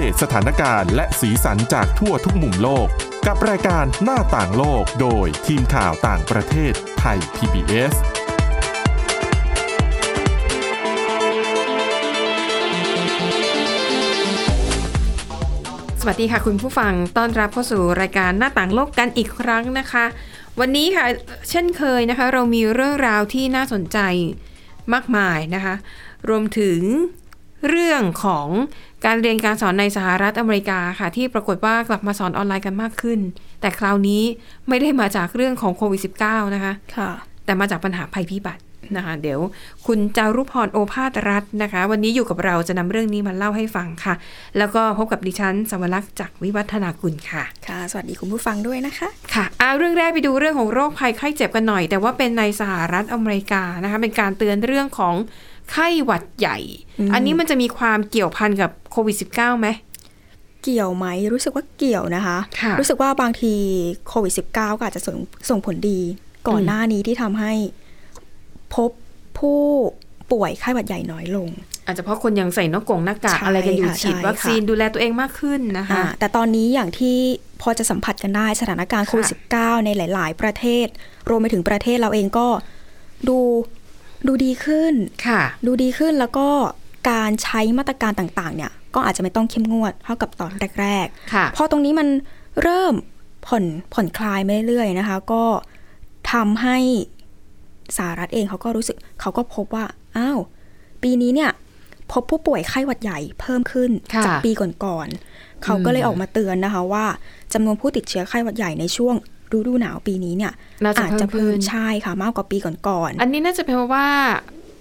ดตสถานการณ์และสีสันจากทั่วทุกมุมโลก กับรายการหน้าต่างโลกโดยทีมข่าวต่างประเทศไทย PBS สวัสดีค่ะคุณผู้ฟังต้อนรับเข้าสู่รายการหน้าต่างโลกกันอีกครั้งนะคะ วันนี้ค่ะเช่นเคยนะคะ เรามีเรื่องราวที่น่าสนใจมากมายนะคะ รวมถึงเรื่องของการเรียนการสอนในสหรัฐอเมริกาค่ะ ที่ปรากฏว่ากลับมาสอนออนไลน์กันมากขึ้น แต่คราวนี้ไม่ได้มาจากเรื่องของโควิด -19 นะคะ ค่ะ แต่มาจากปัญหาภัยพิบัตินะคะ เดี๋ยวคุณจารุพรโอภาสรัตน์นะคะ วันนี้อยู่กับเราจะนำเรื่องนี้มาเล่าให้ฟังค่ะ แล้วก็พบกับดิฉันสวรักษ์จากวิวัฒนากุลค่ะ ค่ะ สวัสดีคุณผู้ฟังด้วยนะคะ ค่ะเอาเรื่องแรกไปดูเรื่องของโรคภัยไข้เจ็บกันหน่อย แต่ว่าเป็นในสหรัฐอเมริกานะคะ เป็นการเตือนเรื่องของไข้หวัดใหญ่ อันนี้มันจะมีความเกี่ยวพันกับโควิด -19 ไหม เกี่ยวไหม รู้สึกว่าเกี่ยวนะคะ ค่ะ รู้สึกว่าบางทีโควิด -19 ก็อาจจะส่งส่งผลดี ก่อน อืม หน้านี้ที่ทำให้พบผู้ป่วยไข้หวัดใหญ่น้อยลง อาจจะเพราะคนยังใส่หน้ากงหน้ากาก ใช่ อะไรกันอยู่ ค่ะ ฉีด ใช่ วัคซีน ค่ะ ดูแลตัวเองมากขึ้นนะ อ่า คะ แต่ตอนนี้อย่างที่พอจะสัมผัสกันได้สถานการณ์โควิด -19 ในหลาย ๆ ประเทศ รวมไปถึงประเทศเราเองก็ดูดูดีขึ้น ค่ะ ดูดีขึ้นแล้วก็การใช้มาตรการต่างๆ เนี่ย ก็อาจจะไม่ต้องเข้มงวดเท่ากับตอนแรกๆ ค่ะ พอตรงนี้มันเริ่มผ่อนผ่อนคลายไปเรื่อยๆนะคะ ก็ทำให้สหรัฐเองเขาก็รู้สึกเขาก็พบว่าอ้าวปีนี้เนี่ยพบผู้ป่วยไข้หวัดใหญ่เพิ่มขึ้น ค่ะ จากปีก่อนๆเขาก็เลยออกมาเตือนนะคะว่าจำนวนผู้ติดเชื้อไข้หวัดใหญ่ในช่วงฤดูหนาวปีนี้เนี่ย น่าจะ อาจจะ เพิ่มเพิ่ม ขึ้น ใช่ค่ะมากกว่าปีก่อน อันนี้น่าจะเป็นเพราะว่า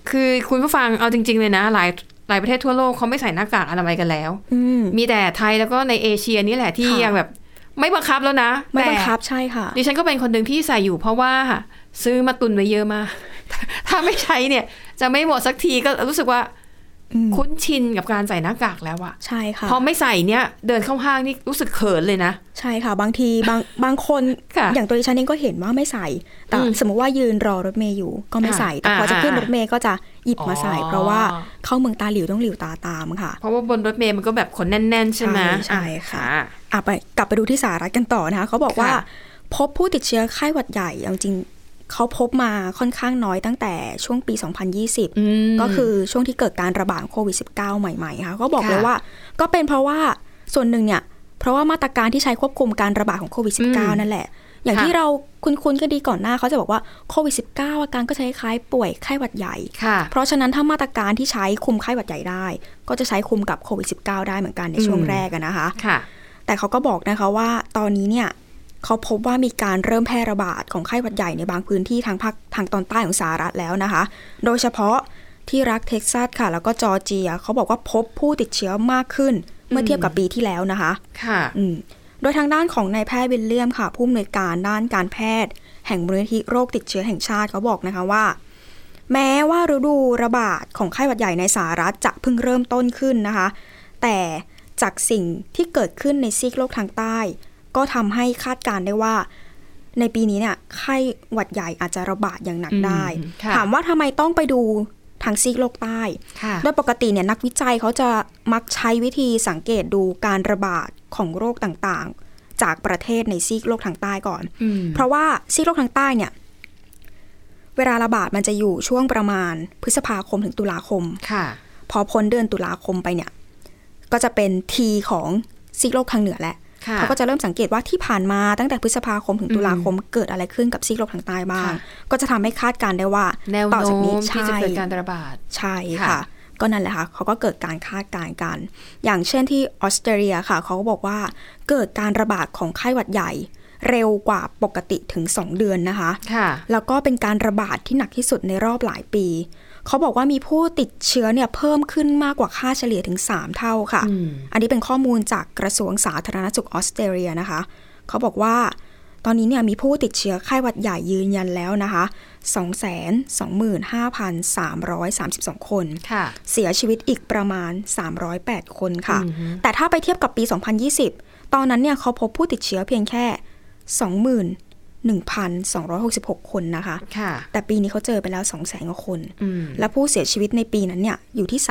คือคุณผู้ฟังเอาจริง ๆ เลยนะ หลายหลายประเทศทั่วโลกเขาไม่ใส่หน้ากากอนามัยกันแล้ว ๆอืม มีแต่ไทยแล้วก็ในเอเชียนี่แหละที่ ค่ะ ยังแบบ ไม่บังคับแล้วนะ ไม่บัง แต่ คับใช่ค่ะ ดิฉันก็เป็นคนหนึ่งที่ใส่อยู่เพราะว่า ซื้อมาตุนไว้เยอะมาก ถ้าไม่ใช้เนี่ย จะไม่หมดสักทีก็รู้สึกว่า อืม คุ้นชินกับการใส่หน้ากากแล้วอะ ใช่ค่ะ พอไม่ใส่เนี่ยเดินเข้าห้างนี่รู้สึกเขินเลยนะ ใช่ค่ะ บางทีบางบางคน ค่ะ อย่างตัวดิฉันเองก็เห็นว่าไม่ใส่แต่ อืม สมมติว่ายืนรอรถเมย์อยู่ก็ไม่ อ่า ใส่แต่พออา จะขึ้น อ่าร ถเมย์ก็จะหยิบมาใส่ อ๋อ เพราะว่าเข้าเมืองตาหลิวต้องหลิวตาตามค่ะ เพราะว่าบนรถเมล์มันก็แบบคนแน่น ๆ ใช่ไหม ใช่ใช่ค่ะ อ่ อ่ะไปกลับไปดูที่สหรัฐกันต่อนะคะเขาบอกว่า ค่ะ พบผู้ติดเชื้อไข้หวัดใหญ่เอาจริงเขาพบมาค่อนข้างน้อยตั้งแต่ช่วงปี 2020 อืม ก็คือช่วงที่เกิดการระบาดของโควิด -19 ใหม่ๆค่ะก็บอก ค่ะ เลยว่า ก็เป็นเพราะว่าส่วนหนึ่งเนี่ยเพราะว่ามาตรการที่ใช้ควบคุมการระบาดของโควิด -19 นั่นแหละ อย่างที่เราคุ้นๆก็ดีก่อนหน้าเขาจะบอกว่าโควิด -19 อาการก็จะคล้ายๆป่วยไข้หวัดใหญ่ ค่ะ เพราะฉะนั้นถ้ามาตรการที่ใช้คุมไข้หวัดใหญ่ได้ ก็จะใช้คุมกับโควิด -19 ได้เหมือนกันในช่วง อืม แรกอะนะคะ ค่ะ แต่เขาก็บอกนะคะว่าตอนนี้เนี่ยเขาพบว่ามีการเริ่มแพร่ระบาดของไข้หวัดใหญ่ในบางพื้นที่ทางภาคทางตอนใต้ของสหรัฐแล้วนะคะ โดยเฉพาะที่รัฐเท็กซัสค่ะ แล้วก็จอร์เจียเขาบอกว่าพบผู้ติดเชื้อมากขึ้น เมื่อเทียบกับปีที่แล้วนะคะ ค่ะ อืมโดยทางด้านของนายแพทย์วิลเลียมค่ะ ผู้อำนวยการด้านการแพทย์ แห่งมูลนิธิโรคติดเชื้อแห่งชาติเขาบอกนะคะว่า แม้ว่าฤดูระบาดของไข้หวัดใหญ่ในสหรัฐจะเพิ่งเริ่มต้นขึ้นนะคะ แต่จากสิ่งที่เกิดขึ้นในซีกโลกทางใต้ ก็ทำให้คาดการณ์ได้ว่า ในปีนี้เนี่ยไข้หวัดใหญ่อาจจะระบาดอย่างหนักได้ อืมค่ะ ถามว่าทำไมต้องไปดูทางซีกโลกใต้ ค่ะ โดยปกติเนี่ยนักวิจัยเขาจะมักใช้วิธีสังเกตดูการระบาดของโรคต่างๆ จากประเทศในซีกโลกทางใต้ก่อน อืม เพราะว่าซีกโลกทางใต้เนี่ยเวลาระบาดมันจะอยู่ช่วงประมาณพฤษภาคมถึงตุลาคม ค่ะ พอพ้นเดือนตุลาคมไปเนี่ยก็จะเป็นทีของซีกโลกทางเหนือแหละ ค่ะ เขาก็จะเริ่มสังเกตว่าที่ผ่านมาตั้งแต่พฤษภาคมถึงตุลาคมเกิดอะไรขึ้นกับซีกโลกทางใต้บ้าง ค่ะ ก็จะทำให้คาดการณ์ได้ว่า แนว ต่อ โน้ จากนี้ มที่จะ ใช่ เกิดการระบาด ใช่ ค่ะ ค่ะ ก็นั่นแหละค่ะเขาก็เกิดการคาดการณ์กัน อย่างเช่นที่ออสเตรเลียค่ะ เขาก็บอกว่าเกิดการระบาดของไข้หวัดใหญ่ เร็วกว่าปกติถึง 2 เดือนนะคะ ค่ะ แล้วก็เป็นการระบาดที่หนักที่สุดในรอบหลายปี เขาบอกว่ามีผู้ติดเชื้อเนี่ยเพิ่มขึ้นมากกว่าค่าเฉลี่ยถึง 3 เท่าค่ะ อืม อันนี้เป็นข้อมูลจากกระทรวงสาธารณสุขออสเตรเลียนะคะ เขาบอกว่าตอนนี้เนี่ยมีผู้ติดเชื้อไข้หวัดใหญ่ยืนยันแล้วนะคะ225,332 คน ค่ะ เสียชีวิตอีกประมาณ 308 คนค่ะ อือฮึ แต่ถ้าไปเทียบกับปี 2020 ตอนนั้นเนี่ยเขาพบผู้ติดเชื้อเพียงแค่ 1,266 คนนะคะ ค่ะ แต่ปีนี้เขาเจอไปแล้ว 2 0 0 0 0 0 กว่าคน อืม และผู้เสียชีวิตในปีนั้นเนี่ยอยู่ที่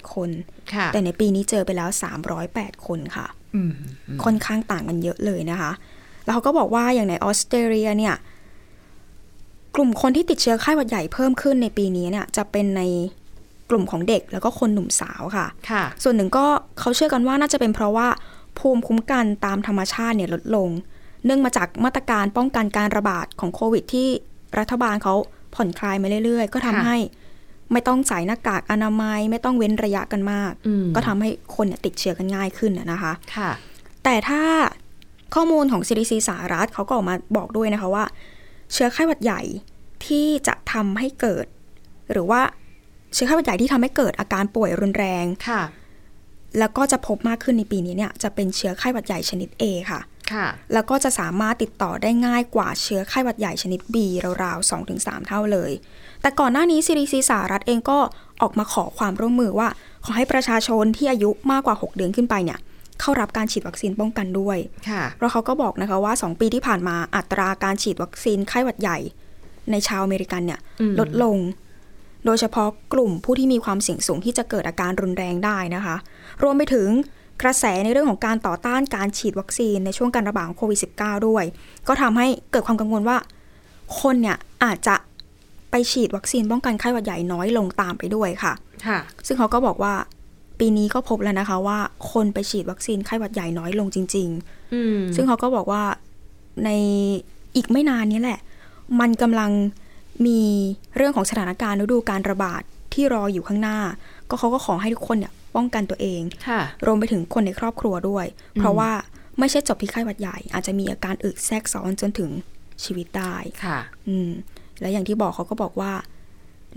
37 คน ค่ะ แต่ในปีนี้เจอไปแล้ว 308 คนค่ะ อืม ค่อนข้างต่างกันเยอะเลยนะคะ แล้วเขาก็บอกว่าอย่างในออสเตรเลียเนี่ย กลุ่มคนที่ติดเชื้อไข้หวัดใหญ่เพิ่มขึ้นในปีนี้เนี่ย จะเป็นในกลุ่มของเด็กแล้วก็คนหนุ่มสาวค่ะ ค่ะ ส่วนหนึ่งก็เขาเชื่อกันว่าน่าจะเป็นเพราะว่าภูมิคุ้มกันตามธรรมชาติเนี่ยลดลง เนื่องมาจากมาตรการป้องกันการระบาดของโควิดที่รัฐบาลเขาผ่อนคลายมาเรื่อยๆ ก็ทำ ค่ะ ให้ไม่ต้องใส่หน้ากากอนามัย ไม่ต้องเว้นระยะกันมาก อืม ก็ทำให้คนเนี่ยติดเชื้อกันง่ายขึ้นน่ะนะคะ ค่ะ แต่ถ้าข้อมูลของ CDC สหรัฐเขาก็ออกมาบอกด้วยนะคะว่า เชื้อไข้หวัดใหญ่ที่จะทำให้เกิด หรือว่าเชื้อไข้หวัดใหญ่ที่ทำให้เกิดอาการป่วยรุนแรง ค่ะ แล้วก็จะพบมากขึ้นในปีนี้เนี่ยจะเป็นเชื้อไข้หวัดใหญ่ชนิด A ค่ะ ค่ะ แล้วก็จะสามารถติดต่อได้ง่ายกว่าเชื้อไข้หวัดใหญ่ชนิด B ราวๆ 2-3 เท่าเลย แต่ก่อนหน้านี้ CDC สหรัฐเองก็ออกมาขอความร่วมมือว่า ขอให้ประชาชนที่อายุมากกว่า 6 เดือนขึ้นไปเนี่ยเข้ารับการฉีดวัคซีนป้องกันด้วย ค่ะ เพราะเขาก็บอกนะคะว่า 2 ปีที่ผ่านมาอัตราการฉีดวัคซีนไข้หวัดใหญ่ ในชาวอเมริกันเนี่ย อืม ลดลง โดยเฉพาะกลุ่มผู้ที่มีความเสี่ยงสูงที่จะเกิดอาการรุนแรงได้นะคะ รวมไปถึงกระแสในเรื่องของการต่อต้านการฉีดวัคซีนในช่วงการระบาดของโควิด -19 ด้วย ก็ทำให้เกิดความกังวลว่า คนเนี่ยอาจจะไปฉีดวัคซีนป้องกันไข้หวัดใหญ่น้อยลงตามไปด้วยค่ะ ค่ะ ซึ่งเขาก็บอกว่าปีนี้ก็พบแล้วนะคะว่าคนไปฉีดวัคซีนไข้หวัดใหญ่น้อยลงจริง ๆ อืม ซึ่งเขาก็บอกว่าในอีกไม่นานเนี้แหละ มันกำลังมีเรื่องของสถานการณ์ฤดูการระบาดที่รออยู่ข้างหน้า ก็เขาก็ขอให้ทุกคนเนี่ยป้องกันตัวเอง ค่ะ รวมไปถึงคนในครอบครัวด้วย เพราะว่าไม่ใช่จบที่ไข้หวัดใหญ่ อาจจะมีอาการอึแทรกซ้อนจนถึงชีวิตได้ ค่ะ อืมแล้วอย่างที่บอกเขาก็บอกว่า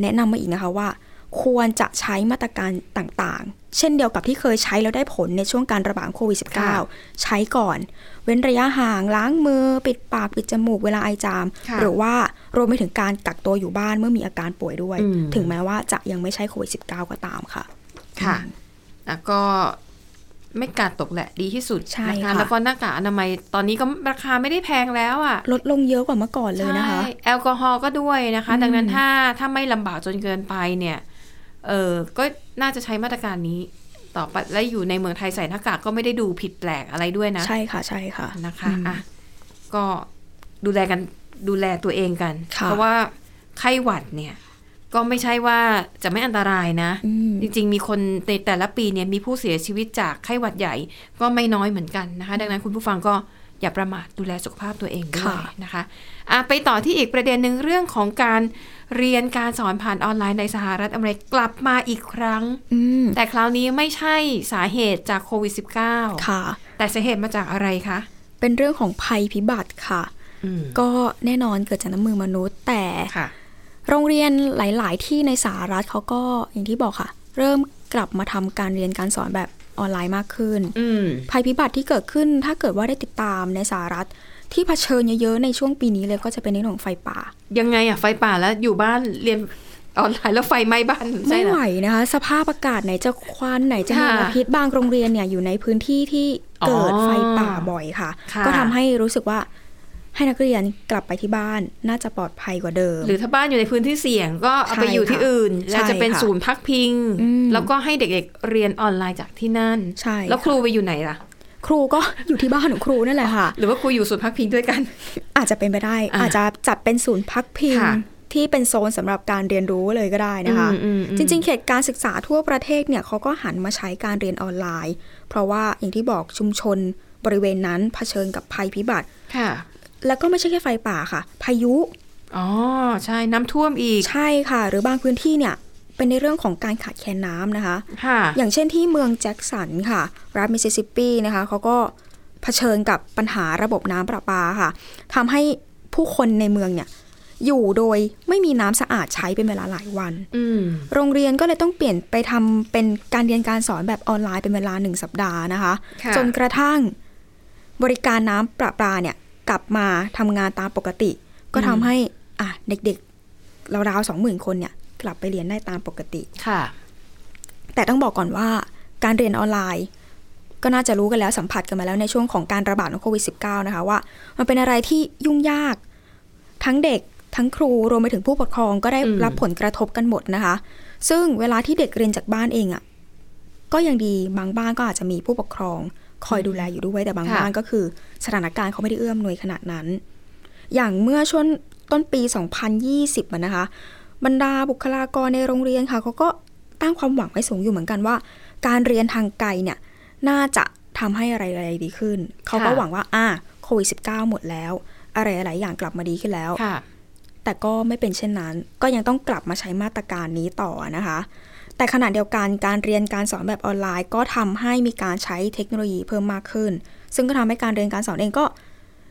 แนะนำมาอีกนะคะว่า ควรจะใช้มาตรการต่างๆ เช่นเดียวกับที่เคยใช้แล้วได้ผลในช่วงการระบาดโควิด ค่ะ -19 ใช้ก่อน เว้นระยะห่างล้างมือ ปิดปาก ปิดจมูกเวลาไอจาม ค่ะ หรือว่ารวมไปถึงการกักตัวอยู่บ้านเมื่อมีอาการป่วยด้วย อืม ถึงแม้ว่าจะยังไม่ใช่โควิด -19 ก็ตามค่ะ ค่ะแล้วก็ไม่กาดตกแหละดีที่สุด ใช่ น ค่ะ แล้วก็หน้ากากอนามัยตอนนี้ก็ราคาไม่ได้แพงแล้วอ่ะ ลดลงเยอะกว่าเมื่อก่อนเลยนะคะ ใช่แอลกอฮอล์ก็ด้วยนะคะ ดังนั้นถ้าถ้าไม่ลำบากจนเกินไปเนี่ย เออก็น่าจะใช้มาตรการนี้ ต่อไปและอยู่ในเมืองไทยใส่หน้ากากก็ไม่ได้ดูผิดแปลกอะไรด้วยนะ ใช่ค่ะ ใช่ค่ะ นะคะอ่ะก็ดูแลกันดูแลตัวเองกัน ค่ะ เพราะว่าไข้หวัดเนี่ย ก็ไม่ใช่ว่าจะไม่อันตรายนะ อืม จริงๆ มีคนในแต่ละปีเนี่ยมีผู้เสียชีวิตจากไข้หวัดใหญ่ก็ไม่น้อยเหมือนกันนะคะ ดังนั้นคุณผู้ฟังก็อย่าประมาทดูแลสุขภาพตัวเองด้วย ค่ะ นะคะอ่ะไปต่อที่อีกประเด็นหนึ่งเรื่องของการเรียนการสอนผ่านออนไลน์ในสหรัฐอเมริกากลับมาอีกครั้ง อืม แต่คราวนี้ไม่ใช่สาเหตุจากโควิด -19 ค่ะ แต่สาเหตุมาจากอะไรคะ เป็นเรื่องของภัยพิบัติค่ะ ก็แน่นอนเกิดจากน้ำมือมนุษย์ แต่ ค่ะ โรงเรียนหลาย ๆ ที่ในสหรัฐเขาก็อย่างที่บอกค่ะ เริ่มกลับมาทำการเรียนการสอนแบบออนไลน์มากขึ้น อืม ภัยพิบัติที่เกิดขึ้นถ้าเกิดว่าได้ติดตามในสหรัฐ ที่เผชิญเยอะ ๆ ในช่วงปีนี้เลยก็จะเป็นเรื่องของไฟป่า ยังไงอะไฟป่าแล้วอยู่บ้านเรียนออนไลน์แล้วไฟไหม้บ้านใช่ ไม่ รอ ไหวนะคะ สภาพอากาศไหนจะควันไหนจะม ค่ะ ลพิษบางโรงเรียนเนี่ยอยู่ในพื้นที่ที่เกิด อ๋อ ไฟป่าบ่อยค่ะ ค่ะ ก็ทำให้รู้สึกว่าให้นักเรียนกลับไปที่บ้านน่าจะปลอดภัยกว่าเดิม หรือถ้าบ้านอยู่ในพื้นที่เสี่ยงก็เอาไป ใช่ อยู่ที่ ค่ะ อื่น ใช่ แล้วจะเป็น ค่ะ ศูนย์พักพิง อืม แล้วก็ให้เด็กๆเรียนออนไลน์จากที่นั่น ใช่ แล้วครูไปอยู่ไหนล่ะ ครูก็ อยู่ที่บ้านของครูนั่นแหละค่ะ หรือว่าครูอยู่ศูนย์พักพิงด้วยกัน อาจจะเป็นไปได้ อ่ะ อาจจะจัดเป็นศูนย์พักพิง ค่ะ ที่เป็นโซนสำหรับการเรียนรู้เลยก็ได้นะคะ อืมอืม จริง ๆ เขตการศึกษาทั่วประเทศเนี่ยเขาก็หันมาใช้การเรียนออนไลน์ เพราะว่าอย่างที่บอกชุมชนบริเวณนั้นเผชิญกับภัยพิบัติ ค่ะ แล้วก็ไม่ใช่แค่ไฟป่าค่ะ พายุ อ๋อใช่น้ำท่วมอีก ใช่ค่ะ หรือบางพื้นที่เนี่ยเป็นในเรื่องของการขาดแคลนน้ำนะคะ ค่ะ อย่างเช่นที่เมืองแจ็คสันค่ะ รัฐมิสซิสซิปปีนะคะเขาก็เผชิญกับปัญหาระบบน้ำประปาค่ะทำให้ผู้คนในเมืองเนี่ยอยู่โดยไม่มีน้ำสะอาดใช้เป็นเวลาหลายวัน อืม โรงเรียนก็เลยต้องเปลี่ยนไปทำเป็นการเรียนการสอนแบบออนไลน์เป็นเวลาหนึ่งสัปดาห์นะคะ ค่ะ จนกระทั่งบริการน้ำประปาเนี่ยกลับมาทำงานตามปกติ ก็ทำให้อ่ะเด็กๆราวๆสองหมื่นคนเนี่ยกลับไปเรียนได้ตามปกติ ค่ะ แต่ต้องบอกก่อนว่าการเรียนออนไลน์ ก็น่าจะรู้กันแล้วสัมผัสกันมาแล้วในช่วงของการระบาดของโควิด -19 นะคะว่า มันเป็นอะไรที่ยุ่งยาก ทั้งเด็กทั้งครูรวมไปถึงผู้ปกครองก็ได้ อืม รับผลกระทบกันหมดนะคะ ซึ่งเวลาที่เด็กเรียนจากบ้านเองอะ่ะก็ยังดีบางบ้านก็อาจจะมีผู้ปกครอง คอยดูแลอยู่ด้วยแต่บาง ค่ะ บ้านก็คือ สถานการณ์เขาไม่ได้เอื้อมหน่วยขนาดนั้น อย่างเมื่อช่วงต้นปี 2020อะนะคะ บรรดาบุคลากรในโรงเรียนค่ะเขาก็ตั้งความหวังไว้สูงอยู่เหมือนกันว่า การเรียนทางไกลเนี่ยน่าจะทำให้อะไรๆดีขึ้น เขาก็ ค่ะ หวังว่าอ่าโควิด19หมดแล้ว อะไรหลายๆอย่างกลับมาดีขึ้นแล้ว ค่ะ แต่ก็ไม่เป็นเช่นนั้น ก็ยังต้องกลับมาใช้มาตรการนี้ต่อนะคะ แต่ขณะเดียวกันการเรียนการสอนแบบออนไลน์ ก็ทำให้มีการใช้เทคโนโลยีเพิ่มมากขึ้น ซึ่งก็ทำให้การเรียนการสอนเองก็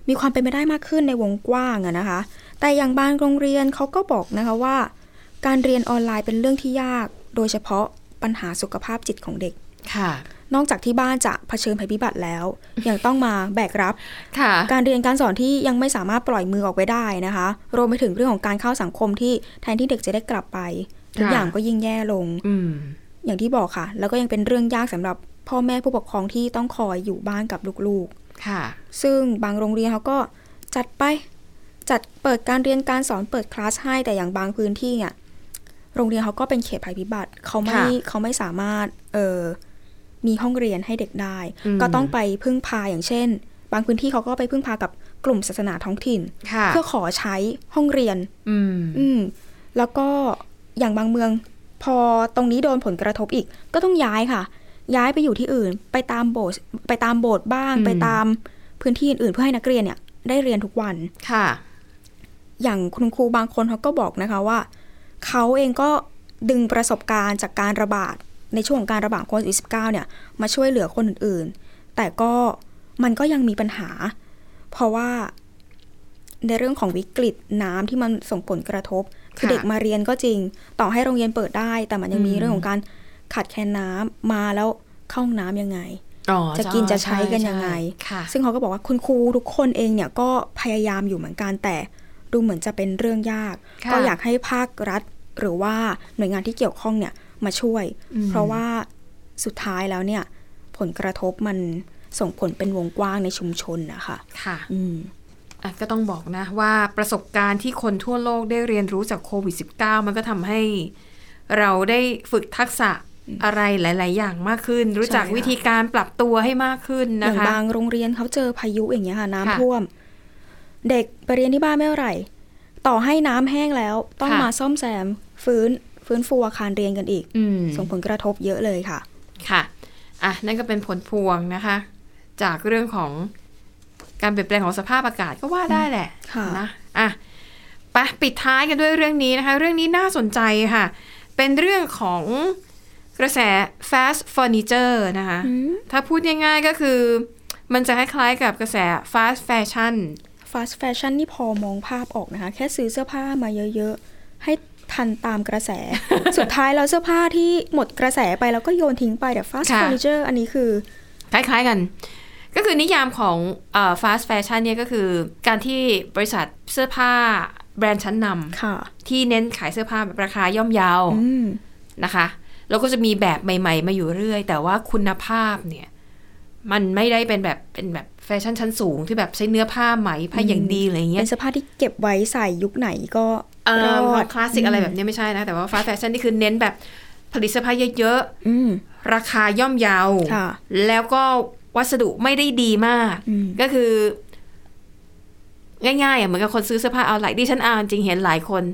มีความเป็นไปได้มากขึ้นในวงกว้างอะนะคะ แต่อย่างบางโรงเรียนเขาก็บอกนะคะว่า การเรียนออนไลน์เป็นเรื่องที่ยาก โดยเฉพาะปัญหาสุขภาพจิตของเด็ก ค่ะ นอกจากที่บ้านจะเผชิญภัยพิบัติแล้ว ยังต้องมาแบกรับ ค่ะ การเรียนการสอนที่ยังไม่สามารถปล่อยมือออกไปได้นะคะ รวมไปถึงเรื่องของการเข้าสังคมที่แทนที่เด็กจะได้กลับไปทุก ค่ะ อย่างก็ยิ่งแย่ลง อืม อย่างที่บอกค่ะ แล้วก็ยังเป็นเรื่องยากสำหรับพ่อแม่ผู้ปกครองที่ต้องคอยอยู่บ้านกับลูก ค่ะ ๆ ซึ่งบางโรงเรียนเขาก็จัดไป จัดเปิดการเรียนการสอนเปิดคลาสให้แต่อย่างบางพื้นที่เนี่ยโรงเรียนเขาก็เป็นเขตภัยพิบัติเขาไม่ ค่ะ เขาไม่สามารถเออมีห้องเรียนให้เด็กได้ ก็ต้องไปพึ่งพาอย่างเช่น บางพื้นที่เขาก็ไปพึ่งพากับกลุ่มศาสนาท้องถิ่น ค่ะ เพื่อขอใช้ห้องเรียน อืม อืมแล้วก็อย่างบางเมือง พอตรงนี้โดนผลกระทบอีก ก็ต้องย้ายค่ะ ย้ายไปอยู่ที่อื่น ไปตามโบสถ์ไปตามโบสถ์บ้าง อืม ไปตามพื้นที่อื่นๆเพื่อให้นักเรียนเนี่ยได้เรียนทุกวัน ค่ะ อย่างคุณครูบางคนเขาก็บอกนะคะว่า เขาเองก็ดึงประสบการณ์จากการระบาด ในช่วงของการระบาดโควิด1 9เนี่ยมาช่วยเหลือคนอื่นๆ แต่ก็มันก็ยังมีปัญหา เพราะว่าในเรื่องของวิกฤตน้ำที่มันส่งผลกระทบ คือ ค่ะ เด็กมาเรียนก็จริง ต่อให้โรงเรียนเปิดได้ แต่มันยังมี อืม เรื่องของการขาดแคลนน้ำมาแล้วเข้าห้องน้ำยังไง อ๋อ จะกินจะใช้กันยังไง ค่ะ ซึ่งเขาก็บอกว่าคุณครูทุกคนเองเนี่ยก็พยายามอยู่เหมือนกันแต่ดูเหมือนจะเป็นเรื่องยาก ค่ะ ก็อยากให้ภาครัฐหรือว่าหน่วยงานที่เกี่ยวข้องเนี่ยมาช่วย อืม เพราะว่าสุดท้ายแล้วเนี่ยผลกระทบมันส่งผลเป็นวงกว้างในชุมชนนะคะ ค่ะ อืม อ่ะก็ต้องบอกนะว่าประสบการณ์ที่คนทั่วโลกได้เรียนรู้จากโควิด -19 มันก็ทำให้เราได้ฝึกทักษะอะไรหลาย ๆ อย่างมากขึ้น รู้จัก ใช่ค่ะ วิธีการปรับตัวให้มากขึ้น อ นะ ย่าง คะ บางโรงเรียนเขาเจอพายุอย่างเงี้ยค่ะน้ำ ค่ะ ท่วม เด็กไปเรียนที่บ้านไม่เท่าไหร่ ต่อให้น้ำแห้งแล้ว ต้องมาซ่อมแซมฟื้นฟื้นฟูอาคารเรียนกันอีก อืม ส่งผลกระทบเยอะเลยค่ะ ค่ะอ่ะนั่นก็เป็นผลพวงนะคะ จากเรื่องของการเปลี่ยนแปลงของสภาพอากาศก็ว่าได้แหละ ค่ะ นะอ่ะไปปิดท้ายกันด้วยเรื่องนี้นะคะ เรื่องนี้น่าสนใจค่ะ เป็นเรื่องของกระแส fast furniture นะคะ ถ้าพูดง่ายๆก็คือมันจะคล้ายๆกับกระแส fast fashion fast fashion นี่พอมองภาพออกนะคะ แค่ซื้อเสื้อผ้ามาเยอะๆ ให้ทันตามก ระแส สุดท้ายแล้วเสื้อผ้าที่หมดกระแสไปแล้วก็โยนทิ้งไปแต่ fast ค่ะ furniture อันนี้คือ คล้าย ๆกัน ก็คือนิยามของเอ่อ fast fashion เนี่ยก็คือการที่บริษัทเสื้อผ้าแบรนด์ชั้นน ค่ะ ำที่เน้นขายเสื้อผ้าแบบราคาย่อมเยาว อืม นะคะ แล้วก็จะมีแบบใหม่ๆ มาอยู่เรื่อย แต่ว่าคุณภาพเนี่ย มันไม่ได้เป็นแบบเป็นแบบแฟชั่นชั้นสูงที่แบบใช้เนื้อผ้าไหมผ้าอย่างดีอะไรอย่างเงี้ เป็ ย นเสื้อผ้าที่เก็บไว้ใส่ยุคไหนก็ เอ่ ร อ อด คลาสสิกอะไรแบบนี้ไม่ใช่นะ แต่ว่าฟาสแฟชั่นนี่คือเน้นแบบผลิตเสื้อผ้าเยอะ อืม ๆ ราคาย่อมเยาว ค่ะ แล้วก็วัสดุไม่ได้ดีมาก อืม ก็คือ ง่ายๆอ่ะเหมือนกับคนซื้อเสื้อผ้าออนไลน์ดิฉันอ่านจริงเห็นหลายคน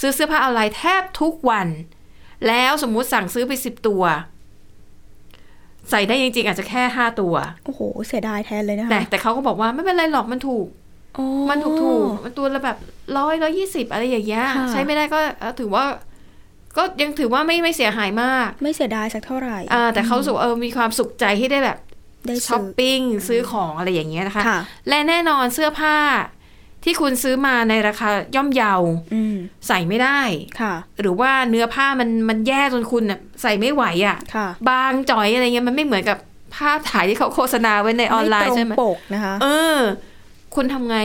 ซื้อเสื้อผ้าออนไลน์แทบทุกวัน แล้วสมมุติสั่งซื้อไปสิบตัว ใส่ได้จริงๆ อาจจะแค่ห้าตัว โอ้โห เสียดายแทนเลยนะ แต่ คะ แต่เขาก็บอกว่าไม่เป็นไรหรอกมันถูก อ๋อ มันถูกถูกมันตัวละแบบร้อยร้อยี่สิบอะไรอย่างเงี้ย ค่ะ ใช้ไม่ได้ก็เอ่อถือว่า ก็ยังถือว่าไม่ไม่เสียหายมาก ไม่เสียดายสักเท่าไหร่ อ่าแต่เขารู้สุขเออมีความสุขใจที่ได้แบบ ได้ ช้อปซื้อ ปิ้งซื้อของอะไรอย่างเงี้ยนะคะ ค่ะ และแน่นอนเสื้อผ้าที่คุณซื้อมาในราคาย่อมเยา อืม ใส่ไม่ได้ ค่ะ หรือว่าเนื้อผ้ามันมันแย่จนคุณน่ะใส่ไม่ไหวอะ่ะ ค่ะ บางจ่อยอะไรเงี้ยมันไม่เหมือนกับภาพถ่ายที่เขาโฆษณาไว้ในออนไลน์ใช่ไหม ตรงปกนะคะ เออ คุณทำไง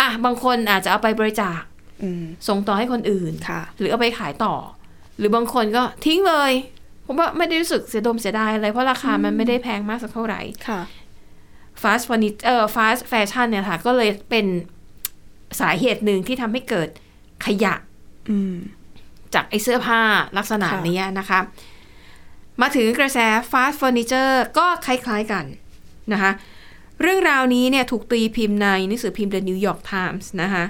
อ่ะ บางคนอาจจะเอาไปบริจาค อืม ส่งต่อให้คนอื่น ค่ะ หรือเอาไปขายต่อ หรือบางคนก็ทิ้งเลย ผมว่าไม่ได้รู้สึกเสียดมเสียดายอะไร เพราะราคามันไม่ได้แพงมากสักเท่าไหร่ ค่ะ fast furniture เอ่อ fast fashion เนี่ยค่ะ ก็เลยเป็น สาเหตุหนึ่งที่ทำให้เกิดขยะ อืม จากไอเสื้อผ้าลักษณะ ค่ะ เนี้ยนะคะ มาถึงกระแสฟาสต์เฟอร์นิเจอร์ก็คล้าย ๆกันนะคะ เรื่องราวนี้เนี่ยถูกตีพิมพ์ในหนังสือพิมพ์ The New York Times นะคะ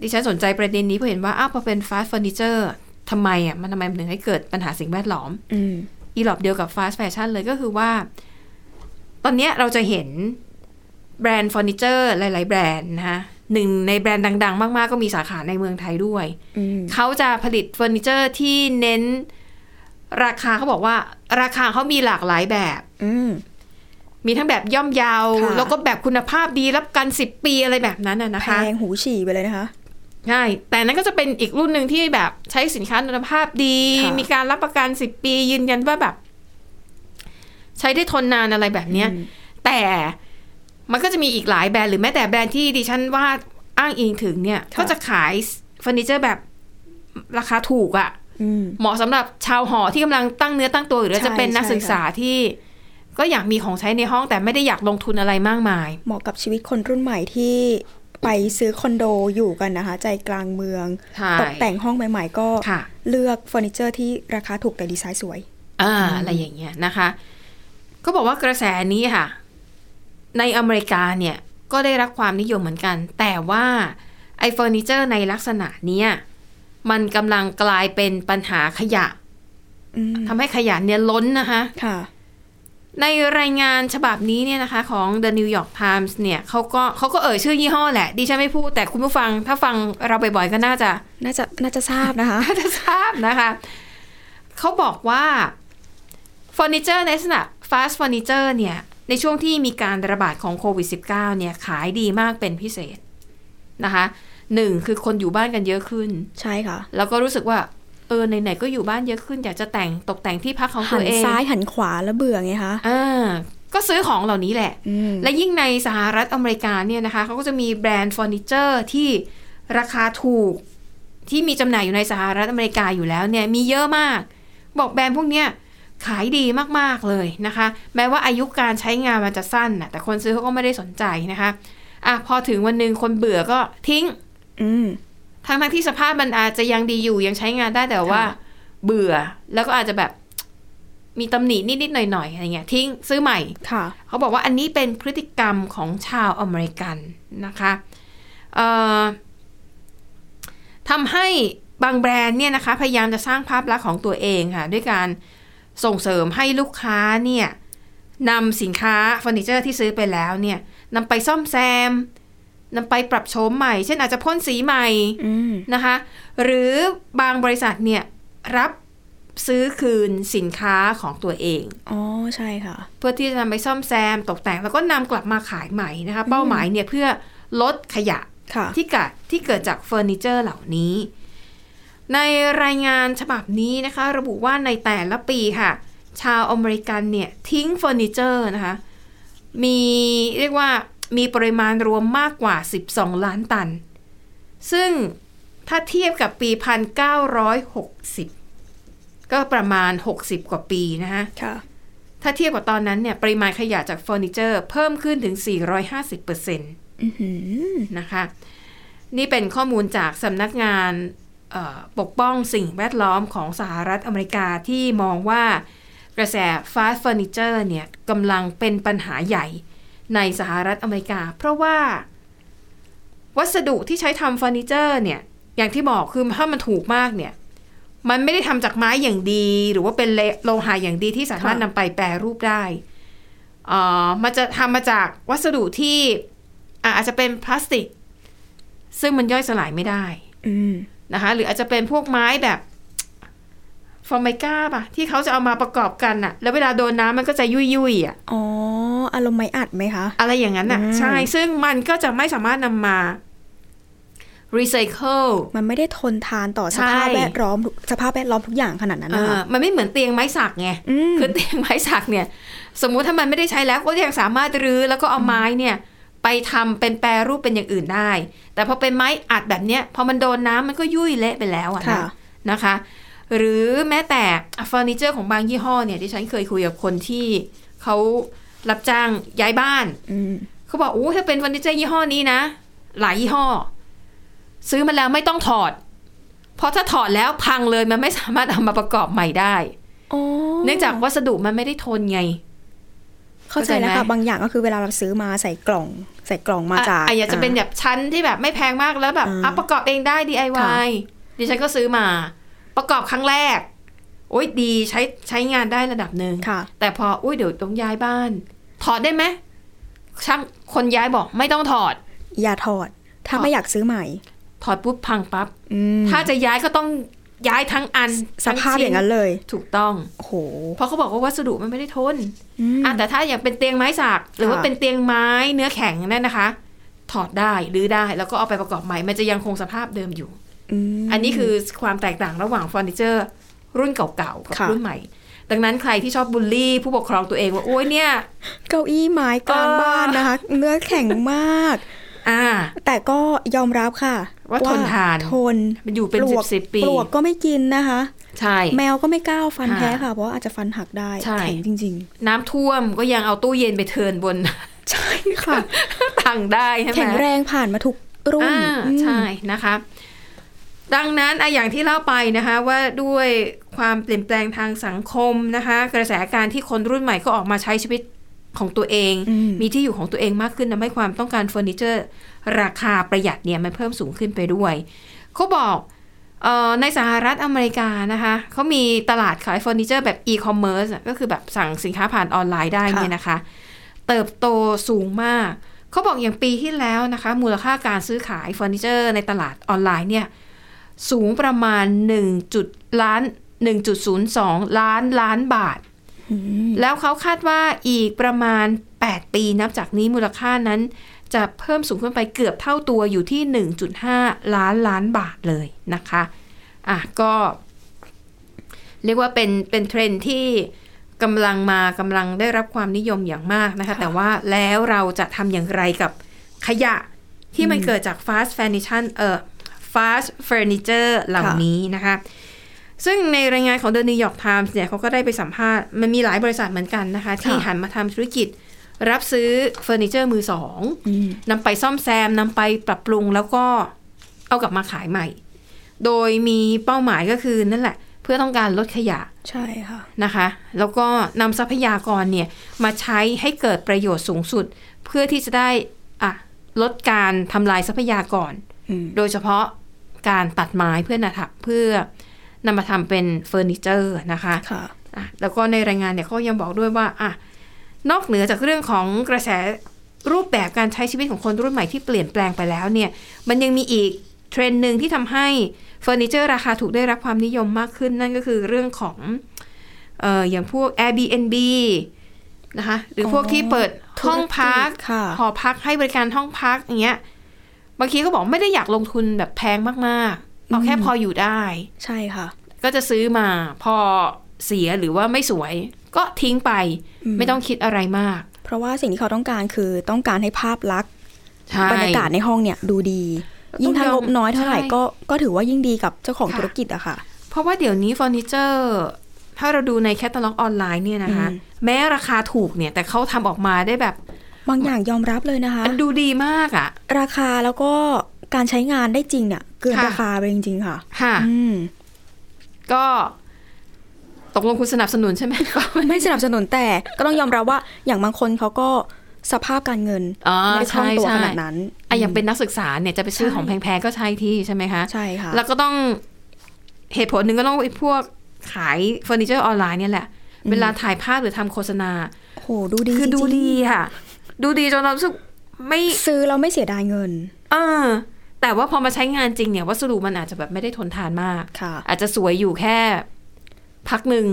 ดิฉันสนใจประเด็นนี้เพราะเห็นว่า อ้าวพอเป็นฟาสต์เฟอร์นิเจอร์ทำไมอ่ะ มันทำไมมันถึงให้เกิดปัญหาสิ่งแวดล้อม อืม อีหลอบเดียวกับฟาสต์แฟชั่นเลยก็คือว่า ตอนเนี้ยเราจะเห็นแบรนด์เฟอร์นิเจอร์หลาย ๆ แบรนด์นะคะหนึ่งในแบรนด์ดัง ๆ มาก ๆ ก็มีสาขาในเมืองไทยด้วย อืม เขาจะผลิตเฟอร์นิเจอร์ที่เน้นราคาเขาบอกว่า ราคาเขามีหลากหลายแบบ อืม มีทั้งแบบย่อมเยาว ค่ะ แล้วก็แบบคุณภาพดีรับกัน 10 ปีอะไรแบบนั้นนะนะ แพ คะ งหูฉี่ไปเลยนะคะ ใช่แต่นั้นก็จะเป็นอีกรุ่นหนึ่งที่แบบใช้สินค้าคุณภาพดี ค่ะ มีการรับประกัน 10 ปียืนยันว่าแบบ ใช้ได้ทนนานอะไรแบบเนี้ย อืม แต่มันก็จะมีอีกหลายแบรนด์หรือแม้แต่แบรนด์ที่ดิฉันว่าอ้างอิงถึงเนี่ย ก็จะขายเฟอร์นิเจอร์แบบราคาถูกอะ อืม เหมาะสำหรับชาวหอที่กำลังตั้งเนื้อตั้งตัวอยู่แล้ว ใช่ จะเป็นนัก ใช่ ศึกษาที่ ก็อยากมีของใช้ในห้องแต่ไม่ได้อยากลงทุนอะไรมากมาย เหมาะกับชีวิตคนรุ่นใหม่ที่ไปซื้อคอนโดอยู่กันนะคะ ใจกลางเมือง ใช่ ตกแต่งห้องใหม่ ๆ ก็ ค่ะ เลือกเฟอร์นิเจอร์ที่ราคาถูกแต่ดีไซน์สวย อ่าอะไรอย่างเงี้ยนะคะ ก็บอกว่ากระแสนี้ค่ะ ในอเมริกาเนี่ยก็ได้รับความนิยมเหมือนกัน แต่ว่าไอเฟอร์นิเจอร์ในลักษณะเนี้ยมันกำลังกลายเป็นปัญหาขยะ อืม ทำให้ขยะเนี่ยล้นนะคะ ค่ะ ในรายงานฉบับนี้เนี่ยนะคะของ The New York Times เนี่ยเขาก็เขาก็เอ่ยชื่อยี่ห้อแหละ ดิฉันไม่พูดแต่คุณผู้ฟัง ถ้าฟังเราบ่อยๆก็น่าจะ น่าจะ น่าจะทราบ นะคะ น่าจะทราบนะคะ เขาบอกว่าเฟอร์นิเจอร์ในลักษณะ fast furniture เนี่ย ในช่วงที่มีการระบาดของโควิด -19 เนี่ย ขายดีมากเป็นพิเศษนะคะหนึ่งคือคนอยู่บ้านกันเยอะขึ้น ใช่ค่ะ แล้วก็รู้สึกว่า เออไหนๆก็อยู่บ้านเยอะขึ้น อยากจะแต่งตกแต่งที่พักของ หั ตัวนเอง ซ้ายหันขวาแล้วเบื่อไงคะ อ่าก็ซื้อของเหล่านี้แหละ อืม และยิ่งในสหรัฐอเมริกาเนี่ยนะคะเขาก็จะมีแบรนด์เฟอร์นิเจอร์ที่ราคาถูกที่มีจำหน่ายอยู่ในสหรัฐอเมริกาอยู่แล้วเนี่ยมีเยอะมาก บอกแบรนด์พวกเนี้ยขายดีมาก ๆ เลยนะคะ แม้ว่าอายุการใช้งานมันจะสั้นนะแต่คนซื้อเขาก็ไม่ได้สนใจนะคะอ่ะพอถึงวันหนึ่งคนเบื่อก็ทิ้ง อืม ทั้งทที่สภาพมันอาจจะยังดีอยู่ยังใช้งานได้แต่ว่า ค่ะ เบื่อแล้วก็อาจจะแบบมีตำหนินิดๆหน่อยๆอะไรเงี้ยทิ้งซื้อใหม่ ค่ะ เขาบอกว่าอันนี้เป็นพฤติกรรมของชาวอเมริกันนะคะเอ่อทำให้บางแบรนด์เนี่ยนะคะพยายามจะสร้างภาพลักษณ์ของตัวเองค่ะ ด้วยการส่งเสริมให้ลูกค้าเนี่ยนำสินค้าเฟอร์นิเจอร์ที่ซื้อไปแล้วเนี่ยนำไปซ่อมแซมนำไปปรับโฉมใหม่ เช่นอาจจะพ่นสีใหม่ อืม นะคะหรือบางบริษัทเนี่ยรับซื้อคืนสินค้าของตัวเอง อ๋อ ใช่ค่ะ เพื่อที่จะนำไปซ่อมแซมตกแต่งแล้วก็นำกลับมาขายใหม่นะคะเป้าหมายเนี่ยเพื่อลดขยะ ค่ะ ที่เกิดที่เกิดจากเฟอร์นิเจอร์เหล่านี้ ในรายงานฉบับนี้นะคะ ระบุว่าในแต่ละปีค่ะ ชาวอเมริกันเนี่ยทิ้งเฟอร์นิเจอร์นะคะมีเรียกว่ามีปริมาณรวมมากกว่า 12 ล้านตัน ซึ่งถ้าเทียบกับปี 1960 ก็ประมาณ 60 กว่าปีนะคะ ค่ะ ถ้าเทียบกับตอนนั้นเนี่ยปริมาณขยะจากเฟอร์นิเจอร์เพิ่มขึ้นถึง 450%น อือหือ ะคะ นี่เป็นข้อมูลจากสำนักงานเอ่อปกป้องสิ่งแวดล้อมของสหรัฐอเมริกาที่มองว่ากระแสฟาสต์เฟอร์นิเจอร์เนี่ยกำลังเป็นปัญหาใหญ่ในสหรัฐอเมริกา เพราะว่า วัสดุที่ใช้ทำเฟอร์นิเจอร์เนี่ย อย่างที่บอกคือถ้ามันถูกมากเนี่ย มันไม่ได้ทำจากไม้อย่างดี หรือว่าเป็นโลหะอย่างดีที่สามารถ ค่ะ นำไปแปรรูปได้เอ่อมันจะทำมาจากวัสดุที่อ่ะอาจจะเป็นพลาสติก ซึ่งมันย่อยสลายไม่ได้ อืม นะคะ หรืออาจจะเป็นพวกไม้แบบฟอร์ไมก้าป่ะ ที่เขาจะเอามาประกอบกันน่ะ แล้วเวลาโดนน้ำมันก็จะยุ่ยๆอ่ะ อ๋อ อารมณ์ไม่อัดไหมคะ อะไรอย่างนั้นน่ะ อืม ใช่ ซึ่งมันก็จะไม่สามารถนำมารีไซเคิล มันไม่ได้ทนทานต่อสภาพ ใช่ แวดล้อม สภาพแวดล้อมทุกอย่างขนาดนั้นนะคะ มันไม่เหมือนเตียงไม้สักไง อืม คือเตียงไม้สักเนี่ย สมมุติถ้ามันไม่ได้ใช้แล้วก็ยังสามารถรื้อแล้วก็เอาไม้เนี่ย ไปทำเป็นแปรรูปเป็นอย่างอื่นได้ แต่พอเป็นไม้อัดแบบเนี้ยพอมันโดนน้ำมันก็ยุ่ยเละไปแล้วอะนะ ค่ะ นะคะ หรือแม้แต่เฟอร์นิเจอร์ของบางยี่ห้อเนี่ยที่ฉันเคยคุยกับคนที่เขารับจ้างย้ายบ้าน อืม เขาบอกโอ้ถ้าเป็นเฟอร์นิเจอร์ยี่ห้อนี้นะ หลายยี่ห้อ ซื้อมาแล้วไม่ต้องถอด เพราะถ้าถอดแล้วพังเลยมันไม่สามารถเอามาประกอบใหม่ได้ อ๋อ เนื่องจากวัสดุมันไม่ได้ทนไง เข้าใจแล้วค่ะ เข้าใจไหม บางอย่างก็คือเวลาเราซื้อมาใส่กล่อง ใส่กล่องมาจาก อ่ะอ่ะอยากจะเป็นแบบชั้นที่แบบไม่แพงมากแล้วแบบ อ่า อ่ะประกอบเองได้ ค่ะ DIY ดิฉันก็ซื้อมา ประกอบครั้งแรก โอ้ยดีใช้ใช้งานได้ระดับหนึ่ง ค่ะ แต่พออุ้ยเดี๋ยวต้องย้ายบ้าน ถอดได้ไหมช่างคนย้ายบอกไม่ต้องถอด อย่าถอด ถ้า ถอด ไม่อยากซื้อใหม่ ถอดปุ๊บพังปั๊บ อืม ถ้าจะย้ายก็ต้องย้ายทั้งอัน สภาพอย่างนั้นเลย ถูกต้อง โอ้โห เพราะเขาบอกว่าวัสดุมันไม่ได้ทน อืม อ่ะแต่ถ้าอย่างเป็นเตียงไม้สักหรือว่า ค่ะ เป็นเตียงไม้เนื้อแข็งนั่นนะคะ ถอดได้หรือได้แล้วก็เอาไปประกอบใหม่ มันจะยังคงสภาพเดิมอยู่ ม อันนี้คือความแตกต่างระหว่างเฟอร์นิเจอร์รุ่นเก่าๆกับ ค่ะ รุ่นใหม่ ดังนั้นใครที่ชอบบูลลี่ ผู้ปกครองตัวเองว่าโอ้ยเนี่ย เก้าอี้ไม้กลาง เออ บ้านนะคะ เนื้อแข็งมาก อ่า แต่ก็ยอมรับค่ะ ว่าทนทาน ทน มันอยู่เป็น ปล สิ ว บ ก สิบปี ปลวกก็ไม่กินนะคะ ใช่ แมวก็ไม่กล้าวฟัน ค่ะ แท้ค่ะ เพราะว่าอาจจะฟันหักได้ ใช่ แข็งจริง น้ำท่วมก็ยังเอาตู้เย็นไปเทิร์นบน ๆ ใช่ค่ะ พังได้ใช่ไหม แข็งแรงผ่านมาทุกรุ่น อ่า อืม ใช่นะคะ ดังนั้นอะอย่างที่เล่าไปนะคะว่าด้วยความเปลี่ยนแปลงทางสังคมนะคะ กระแสการที่คนรุ่นใหม่ก็ออกมาใช้ชีวิตของตัวเอง อืม มีที่อยู่ของตัวเองมากขึ้นทำให้ความต้องการเฟอร์นิเจอร์ ราคาประหยัดเนี่ยมันเพิ่มสูงขึ้นไปด้วยเขาบอกเออในสหรัฐอเมริกานะคะเขามีตลาดขายเฟอร์นิเจอร์แบบอีคอมเมิร์ซก็คือแบบสั่งสินค้าผ่านออนไลน์ได้เนี่ยนะคะ เติบโตสูงมาก เขาบอกอย่างปีที่แล้วนะคะ มูลค่าการซื้อขายเฟอร์นิเจอร์ในตลาดออนไลน์เนี่ยสูงประมาณ1จุดล้าน1.02 ล้านล้านบาท อืม แล้วเขาคาดว่าอีกประมาณ 8 ปีนับจากนี้มูลค่านั้น จะเพิ่มสูงขึ้นไปเกือบเท่าตัวอยู่ที่ 1.5 ล้านล้านบาทเลยนะคะอ่ะก็ เรียกว่าเป็นเป็นเทรนด์ที่กำลังมากำลังได้รับความนิยมอย่างมากนะคะ แต่ว่าแล้วเราจะทำอย่างไรกับขยะที่มันเกิดจาก fast fashion เอ่อ fast furniture เหล่านี้นะคะ ซึ่งในรายงานของ The New York Times เนี่ยเขาก็ได้ไปสัมภาษณ์ มันมีหลายบริษัทเหมือนกันนะคะ ที่หันมาทำธุรกิจ รับซื้อเฟอร์นิเจอร์มือสอง อืม นำไปซ่อมแซมนำไปปรับปรุงแล้วก็เอากลับมาขายใหม่ โดยมีเป้าหมายก็คือนั่นแหละ เพื่อต้องการลดขยะ ใช่ค่ะ นะคะ แล้วก็นำทรัพยากรเนี่ยมาใช้ให้เกิดประโยชน์สูงสุด เพื่อที่จะได้อ่ะลดการทำลายทรัพยากร อืม โดยเฉพาะการตัดไม้เพื่อนะเพื่อนำมาทำเป็นเฟอร์นิเจอร์นะคะ ค่ะ อ่ะแล้วก็ในรายงานเนี่ยเขายังบอกด้วยว่าอ่ะนอกเหนือจากเรื่องของกระแสรูปแบบการใช้ชีวิตของคนรุ่นใหม่ที่เปลี่ยนแปลงไปแล้วเนี่ย มันยังมีอีกเทรนด์หนึ่งที่ทำให้เฟอร์นิเจอร์ราคาถูกได้รับความนิยมมากขึ้นนั่นก็คือเรื่องของเอ่ออย่างพวก Airbnb นะคะหรืออ อ พวกที่เปิดห้องพัก ธุรกิจค่ะ หอพักให้บริการห้องพักอย่างเงี้ยบางทีก็บอกไม่ได้อยากลงทุนแบบแพงมากๆเอาแค่พออยู่ได้ ใช่ค่ะ ก็จะซื้อมาพอเสียหรือว่าไม่สวย ก็ทิ้งไป อืม ไม่ต้องคิดอะไรมาก เพราะว่าสิ่งที่เขาต้องการคือต้องการให้ภาพลักษณ์ ใช่ บรรยากาศในห้องเนี่ยดูดี ต้อง ยิ่งถ้างบน้อยเท่าไหร่ ใช่ ก็ก็ถือว่ายิ่งดีกับเจ้าของ ค่ะ ธุรกิจอะค่ะ เพราะว่าเดี๋ยวนี้เฟอร์นิเจอร์ถ้าเราดูในแคตตาล็อกออนไลน์เนี่ยนะคะ อืม แม้ราคาถูกเนี่ยแต่เขาทำออกมาได้แบบ บางอย่างยอมรับเลยนะคะ มันดูดีมากอะ่ะ ราคาแล้วก็การใช้งานได้จริงเนี่ยเกิน ค่ะ ราคาไปจริง ๆ ค่ะ ค่ะ อืม ก็ตกลงคุณสนับสนุนใช่ไหมก็ ไม่สนับสนุนแต่ก็ต้องยอมรับว่าอย่างบางคนเขาก็สภาพการเงิน อ๋อ ไม่คล่ ใช่ องตัว ใช่ ขนาดนั้น อ่ะอย่างเป็นนักศึกษาเนี่ยจะไปซื้อของแพงๆก็ใช่ที่ใช่ไหมคะ ใช่ค่ะ แล้วก็ต้องเหตุผลหนึ่งก็ต้องไอ้พวกขายเฟอร์นิเจอร์ออนไลน์เนี่ยแหละ อืม เวลาถ่ายภาพหรือทำโฆษณา โอ้โหดูดี คือ จริงๆ ดูดีค่ะ ดูดีจนเรารู้สึกไม่ ซื้อเราไม่เสียดายเงิน เออแต่ว่าพอมาใช้งานจริงเนี่ยวัสดุมันอาจจะแบบไม่ได้ทนทานมาก ค่ะ อาจจะสวยอยู่แค่พักหนึ่ง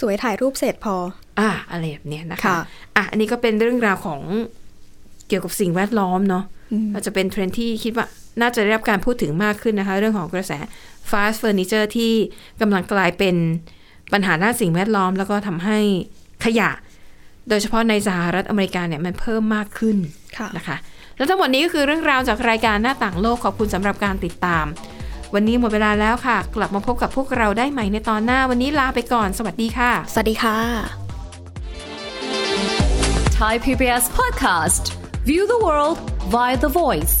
สวยถ่ายรูปเสร็จพอ อ่าอะไรแบบเนี้ยนะคะ ค่ะ อ่ะอันนี้ก็เป็นเรื่องราวของเกี่ยวกับสิ่งแวดล้อมเนาะ อืม อาจจะเป็นเทรนด์ที่คิดว่าน่าจะได้รับการพูดถึงมากขึ้นนะคะ เรื่องของกระแส fast furniture ที่กำลังกลายเป็นปัญหาหน้านสิ่งแวดล้อม แล้วก็ทำให้ขยะ โดยเฉพาะในสหรัฐอเมริกาเนี่ยมันเพิ่มมากขึ้น ค่ะ นะคะ แล้วทั้งหมดนี้ก็คือเรื่องราวจากรายการหน้าต่างโลกขอบคุณสำหรับการติดตาม วันนี้หมดเวลาแล้วค่ะ กลับมาพบกับพวกเราได้ใหม่ในตอนหน้า วันนี้ลาไปก่อน สวัสดีค่ะ สวัสดีค่ะ Thai PBS podcast. View the world via the voice.